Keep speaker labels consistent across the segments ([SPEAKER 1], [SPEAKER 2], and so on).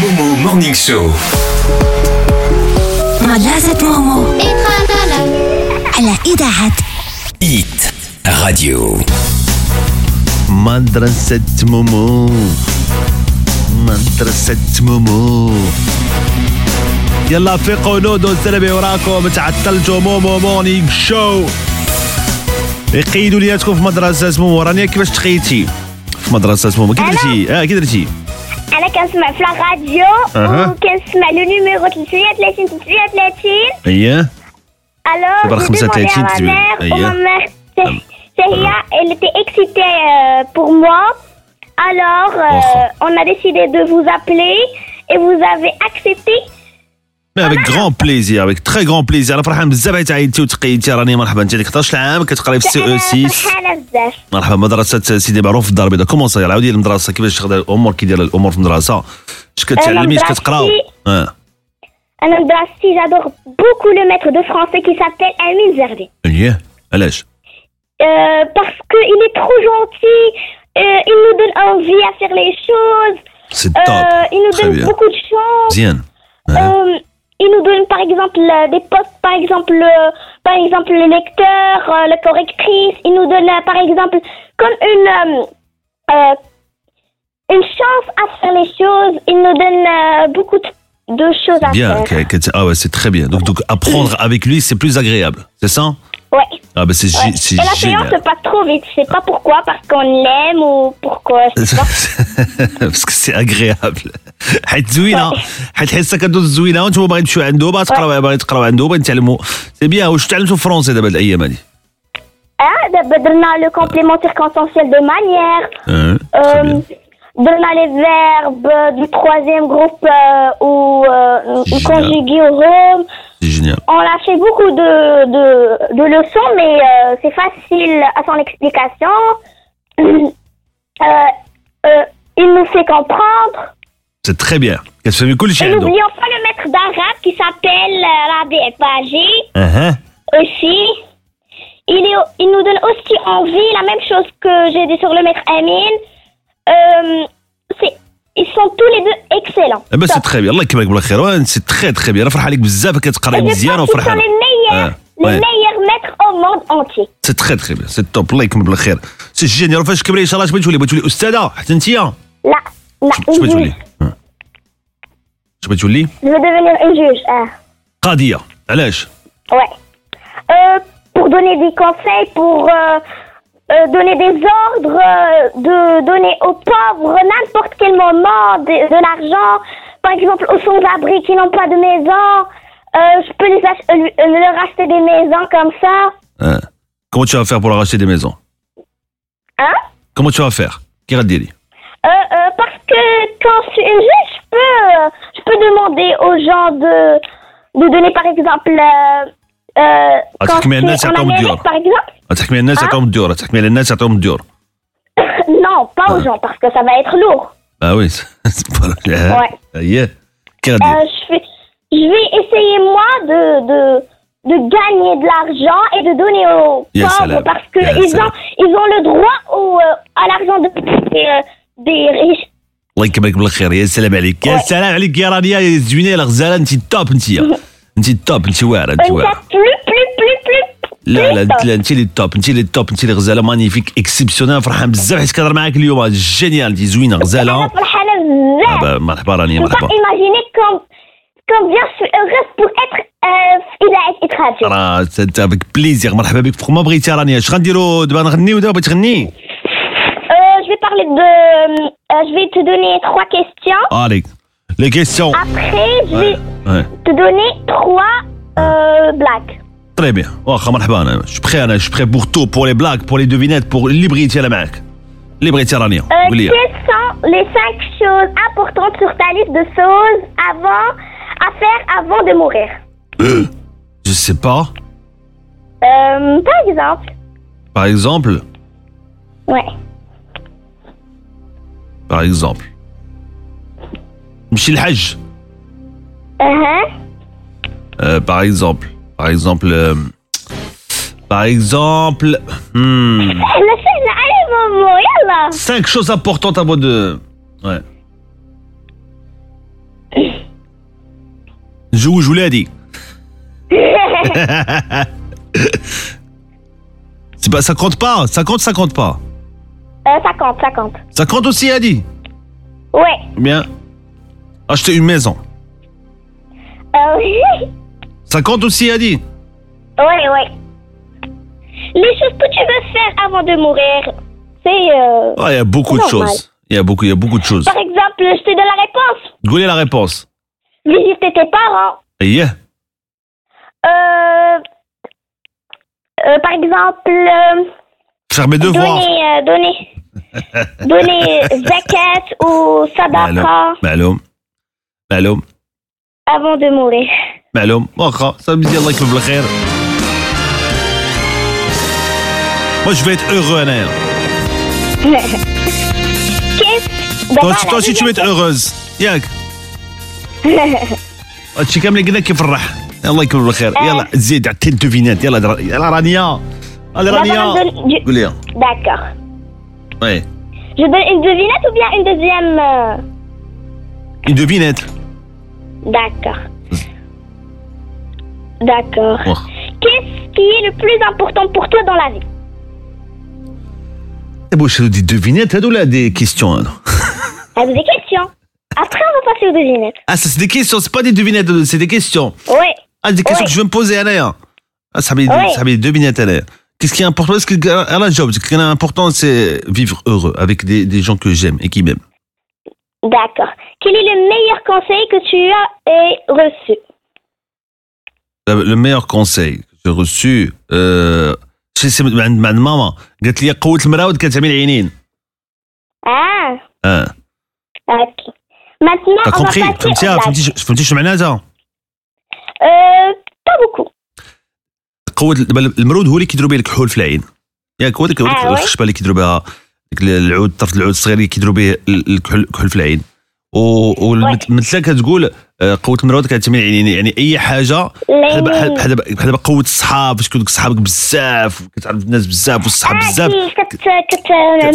[SPEAKER 1] Momo Morning Show.
[SPEAKER 2] ما زالت مومو على إذاعة
[SPEAKER 1] Hit Radio.
[SPEAKER 3] مدرسة مومو مدرسة مومو يلا فيقوا نودو الزلمة وراكم تعطلتوا مومو مورنينغ شو قيدوا لياتكم في مدرسة مومو رانيا كيفاش تقيتي في مدرسة مومو كي درتي اه كي درتي
[SPEAKER 4] انا كنسمع في الراديو
[SPEAKER 3] أها.
[SPEAKER 4] وكنسمع لو نيميرو 33 33
[SPEAKER 3] ايه
[SPEAKER 4] الو
[SPEAKER 3] صفر
[SPEAKER 4] j'ai
[SPEAKER 3] خمسة
[SPEAKER 4] demandé à
[SPEAKER 3] تلاتين
[SPEAKER 4] ma
[SPEAKER 3] تسعين.
[SPEAKER 4] mère,
[SPEAKER 3] أيه.
[SPEAKER 4] oh, ma mère, c'est- c'est Ria, elle était excitée euh, pour moi alors euh,
[SPEAKER 3] Oh.
[SPEAKER 4] on a décidé de vous appeler et vous avez accepté
[SPEAKER 3] مي افيك غران بليزير افيك تخي غران بليزير انا فرحان بزاف حيت عيطتي وتقيتي راني مرحبا انت ديك 11 عام كتقراي في السي او
[SPEAKER 4] انا
[SPEAKER 3] 6
[SPEAKER 4] فرحانه بزاف
[SPEAKER 3] مرحبا مدرسة سيدي معروف في الدار البيضاء كومون صاير عاودي المدرسة كيفاش تخدم الأمور كي دايرة الأمور في المدرسة اش كتعلمي اش كتقراو اه
[SPEAKER 4] انا مدرستي j'adore beaucoup le maître de français qui s'appelle Amin Zerdi
[SPEAKER 3] اييه إيه. علاش
[SPEAKER 4] Euh, parce qu'il est trop gentil euh, il nous donne envie à faire les choses
[SPEAKER 3] سي
[SPEAKER 4] Euh,
[SPEAKER 3] توب
[SPEAKER 4] il nous
[SPEAKER 3] تخي
[SPEAKER 4] donne
[SPEAKER 3] بيان
[SPEAKER 4] beaucoup de chance.
[SPEAKER 3] مزيان اه
[SPEAKER 4] Euh, il nous donne par exemple euh, des postes, par exemple, euh, par exemple le lecteur, euh, la correctrice. Il nous donne euh, par exemple comme une euh, euh, une chance à faire les choses. Il nous donne euh, beaucoup de, de choses à
[SPEAKER 3] بيان
[SPEAKER 4] faire.
[SPEAKER 3] ك- كت- اه وي سي تخي بيان دونك دونك ابخوندر افيك لوي سي بلوز اغريابل سي سا
[SPEAKER 4] Ouais.
[SPEAKER 3] اه بس سي
[SPEAKER 4] ouais.
[SPEAKER 3] جي- سي
[SPEAKER 4] Et la séance
[SPEAKER 3] جينيال
[SPEAKER 4] se passe trop vite. Je sais pas pourquoi, parce qu'on l'aime ou pourquoi. Je sais pas.
[SPEAKER 3] باسكو سي اغريابل حيت زوينه حيت حصه كدوز زوينه وانتم باغيين تمشيو عنده باغي تقراو باغي تقراو عنده باغي تعلموا سي بيان واش تعلمتوا فرونسي دابا هاد الايام هادي
[SPEAKER 4] Ah, d'abord, on a le complémentaire consensuel de manière.
[SPEAKER 3] اه تخي بيان.
[SPEAKER 4] Euh, Donna les verbes euh, du troisième groupe euh, ou euh, ou
[SPEAKER 3] Génial.
[SPEAKER 4] conjugués au rhum.
[SPEAKER 3] سي جينيال
[SPEAKER 4] On a fait beaucoup de, de, de leçons, mais euh, c'est facile à son explication. Euh, euh, il nous fait comprendre.
[SPEAKER 3] سي تخي بيان كتفهمي كلشي
[SPEAKER 4] Et
[SPEAKER 3] عنده
[SPEAKER 4] n'oublions pas le maître d'arabe qui s'appelle euh, Rabi El Paji
[SPEAKER 3] اها
[SPEAKER 4] aussi. Il, est- il nous donne aussi envie, la même chose que j'ai dit sur le maître Amin. Euh, c'est- ils sont tous les deux excellents.
[SPEAKER 3] بس
[SPEAKER 4] Top.
[SPEAKER 3] تخي بيان الله يكملك بالخير وان سي تخي تخي بيان فرحان عليك بزاف كتقراي
[SPEAKER 4] Et je
[SPEAKER 3] مزيان
[SPEAKER 4] pense qu'ils sont
[SPEAKER 3] وفرحان
[SPEAKER 4] les meilleurs,
[SPEAKER 3] Ah, ouais.
[SPEAKER 4] les meilleurs maîtres au monde entier.
[SPEAKER 3] سي تخي تخي بيان سي توب الله يكمل بالخير سي جينيال وفاش كبري ان شاء الله اش بغيتي تولي بغيتي تولي استاذه حتى انت اش
[SPEAKER 4] Là, là,
[SPEAKER 3] بغيتي
[SPEAKER 4] une
[SPEAKER 3] تولي
[SPEAKER 4] juge.
[SPEAKER 3] آه. اش بغيتي تولي
[SPEAKER 4] Je veux devenir une juge. ah,
[SPEAKER 3] قضيه علاش
[SPEAKER 4] ouais. Euh, pour donner des conseils, pour euh, euh, donner des ordres, euh, de donner aux pauvres n'importe quel moment de, de l'argent. Par exemple, aux sans-abri qui n'ont pas de maison. Euh, je peux les ach- euh, lui- euh, leur acheter des maisons comme ça.
[SPEAKER 3] اه كومون تو فير بور راغاشتي دي ميزون
[SPEAKER 4] Hein
[SPEAKER 3] كومون تو فير كي غديري
[SPEAKER 4] Euh, euh, parce que quand je suis une juge, je peux, euh, je peux demander aux gens de, de donner par exemple. euh, euh,
[SPEAKER 3] Ah,
[SPEAKER 4] quand
[SPEAKER 3] tu mets un
[SPEAKER 4] c'est en
[SPEAKER 3] certain nombre
[SPEAKER 4] Amérique,
[SPEAKER 3] d'heures.
[SPEAKER 4] par exemple
[SPEAKER 3] غتحكمي على الناس تعطيهم الدور غتحكمي على الناس تعطيهم الدور
[SPEAKER 4] Non, pas
[SPEAKER 3] Ah.
[SPEAKER 4] aux gens parce que ça va être lourd.
[SPEAKER 3] اه وي سبحان الله
[SPEAKER 4] Ouais.
[SPEAKER 3] اييه كي
[SPEAKER 4] Euh,
[SPEAKER 3] غديري
[SPEAKER 4] je, fais- je vais essayer moi de, de, de gagner de l'argent et de donner aux
[SPEAKER 3] Yes,
[SPEAKER 4] pauvres
[SPEAKER 3] salam.
[SPEAKER 4] parce que
[SPEAKER 3] Yes,
[SPEAKER 4] ils
[SPEAKER 3] salam.
[SPEAKER 4] ont, ils ont le droit au, euh, à l'argent de- des, euh, des riches.
[SPEAKER 3] الله يكملك بالخير يا سلام عليك يا سلام عليك يا رانيا يا زوينه يا الغزاله انت توب انت انت توب انت واعره انت
[SPEAKER 4] Une
[SPEAKER 3] واعره
[SPEAKER 4] tête plus, plus, plus, plus.
[SPEAKER 3] لا لا
[SPEAKER 4] plus
[SPEAKER 3] انت لا انت اللي توب انت اللي توب انت اللي غزاله مانيفيك اكسبسيونيل فرحان بزاف حيت كنهضر معاك اليوم جينيال انت زوينه غزاله
[SPEAKER 4] Pour Hanazeh.
[SPEAKER 3] آه با- مرحبا رانيا
[SPEAKER 4] Je ne peux
[SPEAKER 3] مرحبا
[SPEAKER 4] pas imaginer com- combien je suis heureuse pour être euh, Idaïs Itraju.
[SPEAKER 3] راه انت بك بليزير مرحبا بك فوق ما بغيتي رانيا اش غنديروا دابا نغنيو دابا بغيتي تغني
[SPEAKER 4] Euh, je vais parler de. euh, je vais te donner trois questions.
[SPEAKER 3] عليك لي كيسيون
[SPEAKER 4] Après, je vais
[SPEAKER 3] Oh. Ouais.
[SPEAKER 4] te donner trois euh, blagues.
[SPEAKER 3] Très bien. واخا مرحبا انا جو بخي انا جو بخي بور تو بور لي بلاك بور لي دوفينات بور اللي بغيتي انا معاك اللي بغيتي رانيا
[SPEAKER 4] Euh,
[SPEAKER 3] قول لي
[SPEAKER 4] quelles sont les cinq choses importantes sur ta liste de choses avant, à faire avant de mourir
[SPEAKER 3] جو سي با
[SPEAKER 4] Euh, Par exemple.
[SPEAKER 3] باغ اكزومبل
[SPEAKER 4] Ouais.
[SPEAKER 3] باغ اكزومبل نمشي للحج
[SPEAKER 4] Uh-huh.
[SPEAKER 3] Euh, par exemple par exemple euh, par exemple hmm,
[SPEAKER 4] La chaîne, allez, maman, yallah.
[SPEAKER 3] cinq choses importantes avant de ouais تزوج ولادي C'est pas, ça compte pas, ça compte, ça compte pas.
[SPEAKER 4] Euh, 50, 50.
[SPEAKER 3] Ça compte aussi, Adi Eh
[SPEAKER 4] Ouais.
[SPEAKER 3] Bien. Acheter une maison.
[SPEAKER 4] Euh, oui.
[SPEAKER 3] Ça compte aussi, Adi
[SPEAKER 4] Ouais, ouais. Les choses que tu veux faire avant de mourir, c'est... euh,
[SPEAKER 3] Ah, Il y a beaucoup de
[SPEAKER 4] Normal.
[SPEAKER 3] choses. Il y a beaucoup, il y a beaucoup de choses.
[SPEAKER 4] Par exemple, je te donne la réponse.
[SPEAKER 3] Goulez la réponse.
[SPEAKER 4] Visiter tes parents.
[SPEAKER 3] Yeah.
[SPEAKER 4] Euh, euh, par exemple, euh,
[SPEAKER 3] Faire mes devoirs.
[SPEAKER 4] donner, euh, donner, donner zakat ou
[SPEAKER 3] Ben
[SPEAKER 4] sadaqa
[SPEAKER 3] معلوم معلوم معلوم
[SPEAKER 4] avant de mourir.
[SPEAKER 3] معلوم واخا سامي الله يكتب بالخير Moi, je vais être heureux, Anna.
[SPEAKER 4] Qu'est-ce
[SPEAKER 3] Toi,
[SPEAKER 4] D'abord,
[SPEAKER 3] tu-
[SPEAKER 4] la
[SPEAKER 3] toi aussi, tu vas être
[SPEAKER 4] deuxième
[SPEAKER 3] heureuse. Ah, ياك هادشي كامل اللي قلنا كيفرح الله يكون بالخير يلا زيد حتى الدوفينات يلا در... يلا رانيا يلا
[SPEAKER 4] question. D'abord,
[SPEAKER 3] رانيا
[SPEAKER 4] on donne du-
[SPEAKER 3] قول لي
[SPEAKER 4] D'accord.
[SPEAKER 3] وي
[SPEAKER 4] Je donne une devinette ou bien une deuxième euh,
[SPEAKER 3] الدوفينات
[SPEAKER 4] D'accord. D'accord.
[SPEAKER 3] واخا
[SPEAKER 4] Qu'est-ce qui est le plus important pour toi dans la vie
[SPEAKER 3] دابا واش هادو دي دوفينات هادو ولا دي كيستيون هادو
[SPEAKER 4] Avez des questions Après, on va passer aux devinettes.
[SPEAKER 3] اه سي دي كيستيون سي با دي دوفينات هادو، سي دي كيستيون
[SPEAKER 4] Ouais.
[SPEAKER 3] Ah, des questions
[SPEAKER 4] Ouais.
[SPEAKER 3] que je vais me poser, Anaya. Ah, ça m'est
[SPEAKER 4] Ouais.
[SPEAKER 3] ça m'est deux minutes, Anaya. Qu'est-ce qui est important Est-ce que, Alain Job, ce qui est important, c'est vivre heureux avec des, des gens que j'aime et qui m'aiment.
[SPEAKER 4] D'accord. Quel est le meilleur conseil que tu as et reçu
[SPEAKER 3] Le Euh, le meilleur conseil que j'ai reçu, euh, c'est c'est ma, ma maman. قالت لي قوة المراود كتعمل عينين.
[SPEAKER 4] Ah,
[SPEAKER 3] اه
[SPEAKER 4] ok. Maintenant,
[SPEAKER 3] t'as
[SPEAKER 4] on
[SPEAKER 3] Hein. compris
[SPEAKER 4] va passer
[SPEAKER 3] فهمتيها
[SPEAKER 4] au blague.
[SPEAKER 3] فهمتي ش- فهمتي شنو معناتها؟
[SPEAKER 4] Euh, pas beaucoup.
[SPEAKER 3] قوة دابا المرود هو اللي كيديروا به الكحول في العين. ياك هو ديك هو ديك
[SPEAKER 4] آه، وي.
[SPEAKER 3] الخشبة اللي كيديروا بها ديك العود طرف العود الصغير اللي كيديروا به ال- الكحول الكحول في العين. ومثلا كتقول آه، قوة المرود كتعتمد يعني يعني أي حاجة
[SPEAKER 4] إيه.
[SPEAKER 3] بحال دابا- بحال بحال دابا- بحال دابا قوة الصحاب باش كيكون صحابك بزاف وكتعرف الناس بزاف والصحاب
[SPEAKER 4] إيه.
[SPEAKER 3] بزاف كت- كت-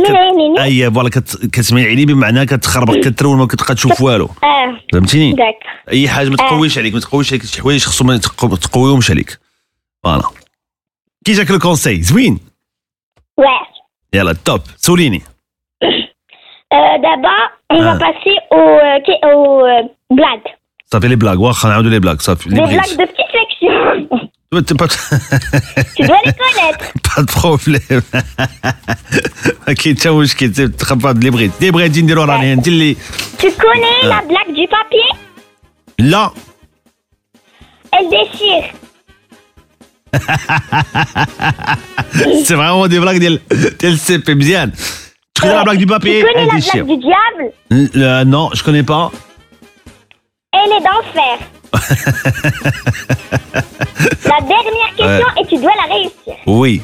[SPEAKER 4] Bzaf.
[SPEAKER 3] أي فوالا كت- كتسمع يعني بمعنى كتخربق
[SPEAKER 4] إيه.
[SPEAKER 3] كترون ما كتبقى تشوف والو
[SPEAKER 4] Ah,
[SPEAKER 3] فهمتيني؟
[SPEAKER 4] d'accord.
[SPEAKER 3] اي حاجه ما تقويش
[SPEAKER 4] آه.
[SPEAKER 3] عليك ما تقويش عليك شي حوايج خصهم ما يتقو- تقويهمش عليك فوالا كي جاك الكونساي زوين
[SPEAKER 4] Ouais.
[SPEAKER 3] يلا توب سوليني
[SPEAKER 4] Euh, D'abord, on
[SPEAKER 3] Ah.
[SPEAKER 4] va passer aux, euh, qui- aux euh, blagues.
[SPEAKER 3] صافي لي بلاك واخا نعاودو لي بلاك صافي
[SPEAKER 4] Des
[SPEAKER 3] لي
[SPEAKER 4] blagues
[SPEAKER 3] بغيت
[SPEAKER 4] de petite section. tu dois les connaître.
[SPEAKER 3] با د بروبليم ما كاين حتى مشكل سير تخبط اللي بغيت اللي بغيتي نديرو راني انت اللي
[SPEAKER 4] Tu
[SPEAKER 3] Ah.
[SPEAKER 4] connais la blague du papier
[SPEAKER 3] لا
[SPEAKER 4] Elle déchire.
[SPEAKER 3] سي فريمون دي بلاك ديال ديال السي بي مزيان تقدر على بلاك دي
[SPEAKER 4] Tu
[SPEAKER 3] بابي
[SPEAKER 4] connais la
[SPEAKER 3] هادي
[SPEAKER 4] blague
[SPEAKER 3] الشيء
[SPEAKER 4] du diable
[SPEAKER 3] نو جو كوني با
[SPEAKER 4] Elle est d'enfer. la dernière question et tu dois la réussir.
[SPEAKER 3] وي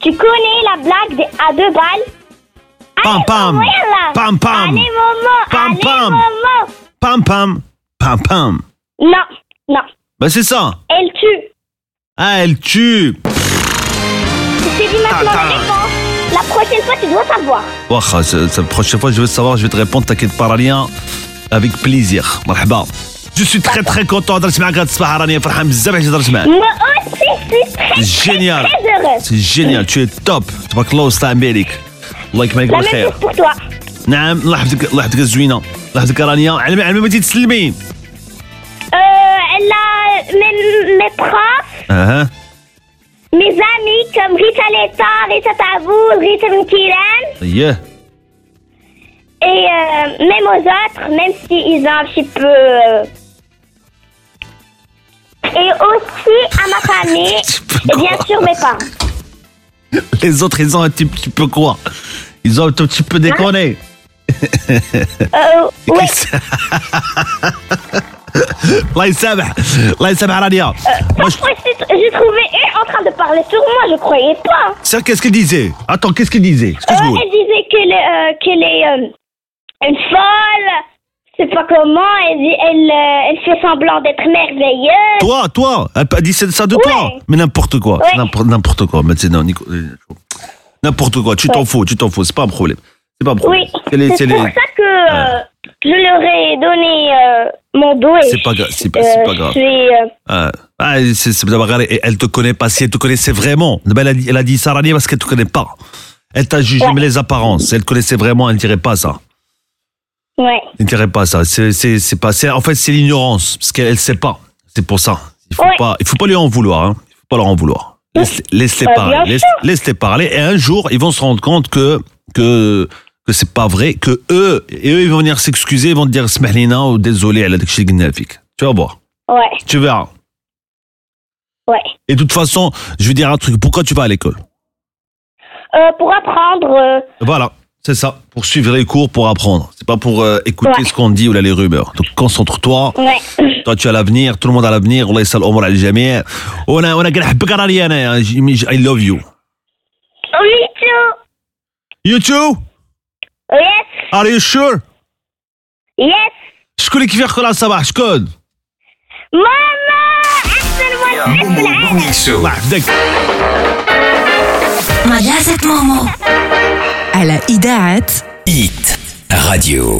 [SPEAKER 4] Tu connais la blague des à deux balles
[SPEAKER 3] بام بام
[SPEAKER 4] Voilà.
[SPEAKER 3] بام بام
[SPEAKER 4] Allez, maman
[SPEAKER 3] Pam,
[SPEAKER 4] Allez,
[SPEAKER 3] pam.
[SPEAKER 4] maman
[SPEAKER 3] بام بام بام بام
[SPEAKER 4] Non, non.
[SPEAKER 3] Bah c'est ça.
[SPEAKER 4] Elle tue.
[SPEAKER 3] Ah, elle tue.
[SPEAKER 4] Je te dis maintenant
[SPEAKER 3] Attends.
[SPEAKER 4] la réponse. La prochaine fois, tu dois savoir.
[SPEAKER 3] Ouah, c'est- c'est la prochaine fois, je veux savoir, je vais te répondre, t'inquiète pas, Rania, avec plaisir. Marhaba. Je suis très très content d'être avec toi ce soir, Rania. Farhan, بزاف على هاد الجمعة.
[SPEAKER 4] Moi aussi, je suis très,
[SPEAKER 3] Génial.
[SPEAKER 4] très, très heureuse.
[SPEAKER 3] C'est génial, tu es top. تبارك الله وسط عليك. الله يكملك
[SPEAKER 4] La même
[SPEAKER 3] بالخير.
[SPEAKER 4] chose pour toi.
[SPEAKER 3] نعم الله يحفظك الله يحفظك الزوينة. الله يحفظك رانيا. على على ما تتسلمي.
[SPEAKER 4] Euh, la, mes, mes profs,
[SPEAKER 3] اها
[SPEAKER 4] mes amis comme Rita Leta, Rita Tavouz, Rita Mkiran,
[SPEAKER 3] اييه.
[SPEAKER 4] et euh, même aux autres, même s'ils ont un petit peu. euh, Et aussi à ma famille
[SPEAKER 3] Tu peux
[SPEAKER 4] et bien
[SPEAKER 3] croire.
[SPEAKER 4] sûr mes parents.
[SPEAKER 3] Les autres, ils ont un petit, petit peu quoi Ils ont un tout petit
[SPEAKER 4] Hein?
[SPEAKER 3] peu déconné.
[SPEAKER 4] Euh, oui,
[SPEAKER 3] الله يسامح الله يسامح رانيا. Moi, je-
[SPEAKER 4] parfois j'ai j'ai trouvé une en train de parler sur moi, je croyais pas.
[SPEAKER 3] Ça, qu'est-ce qu'il disait Attends, qu'est-ce qu'il disait Qu'est-ce que Ah, je
[SPEAKER 4] Euh,
[SPEAKER 3] voulais
[SPEAKER 4] elle disait qu'elle euh, qu'elle est euh, une folle, je sais pas comment, elle, dit- elle, euh, elle fait semblant d'être merveilleuse.
[SPEAKER 3] Toi, toi Elle a dit ça de toi
[SPEAKER 4] Ouais.
[SPEAKER 3] Mais n'importe quoi,
[SPEAKER 4] Ouais.
[SPEAKER 3] n'importe- n'importe quoi. Mais c'est- non, Nico- euh, N'importe quoi, tu t'en fous, tu t'en fous, c'est pas un problème. C'est pas un problème.
[SPEAKER 4] Oui,
[SPEAKER 3] C'est les- c'est
[SPEAKER 4] c'est
[SPEAKER 3] les-
[SPEAKER 4] pour ça que euh, je leur ai donné euh, mon dos est.
[SPEAKER 3] C'est pas gra- c'est pas- c'est pas grave.
[SPEAKER 4] Je suis. euh,
[SPEAKER 3] Ah, ah, c'est- c'est d'abord, elle- elle te connaît pas. Si elle te connaissait vraiment, d'abord, elle a dit, elle a dit ça Rania, parce qu'elle te connaît pas. Elle t'a jugé mais les apparences. Si Elle te connaissait vraiment, elle dirait pas ça.
[SPEAKER 4] ouais.
[SPEAKER 3] Elle dirait pas ça. C'est- C'est c'est pas. c'est- En fait, c'est l'ignorance parce qu'elle elle sait pas. C'est pour ça. Il faut
[SPEAKER 4] Ouais.
[SPEAKER 3] pas. Il faut pas lui en vouloir. Hein. Il faut pas leur en vouloir. Laisse- Laisse-les
[SPEAKER 4] Bah, bien
[SPEAKER 3] parler. Laisse- Laisse-les parler. Et un jour, ils vont se rendre compte que que que c'est pas vrai. Que eux et eux, ils vont venir s'excuser. Ils vont te dire Smahlina ou désolé, elle a dit que je suis gnafik. Tu vas voir.
[SPEAKER 4] Ouais.
[SPEAKER 3] Tu verras.
[SPEAKER 4] Ouais.
[SPEAKER 3] Et de toute façon, je vais dire un truc. Pourquoi tu vas à l'école
[SPEAKER 4] Euh, pour apprendre. euh,
[SPEAKER 3] Voilà, c'est ça. Pour suivre les cours, pour apprendre. C'est pas pour euh, écouter
[SPEAKER 4] Ouais.
[SPEAKER 3] ce qu'on dit ou là les rumeurs. Donc concentre-toi.
[SPEAKER 4] ouais.
[SPEAKER 3] Toi, tu as l'avenir. Tout le monde a l'avenir. Allah يسهل الأمور على الجميع. وأنا- وأنا قاعد أحبك على ريا أنا. I love you.
[SPEAKER 4] Me too.
[SPEAKER 3] You too?
[SPEAKER 4] Yes.
[SPEAKER 3] Are you sure?
[SPEAKER 4] Yes.
[SPEAKER 3] شكون اللي كيفيق كل على الصباح شكون؟
[SPEAKER 4] Maman, أحسن مدرسة في
[SPEAKER 1] Momo
[SPEAKER 4] العالم.
[SPEAKER 1] Morning Show.
[SPEAKER 3] الله يحفظك.
[SPEAKER 2] مدرسة مومو
[SPEAKER 5] على إذاعة
[SPEAKER 1] Hit Radio.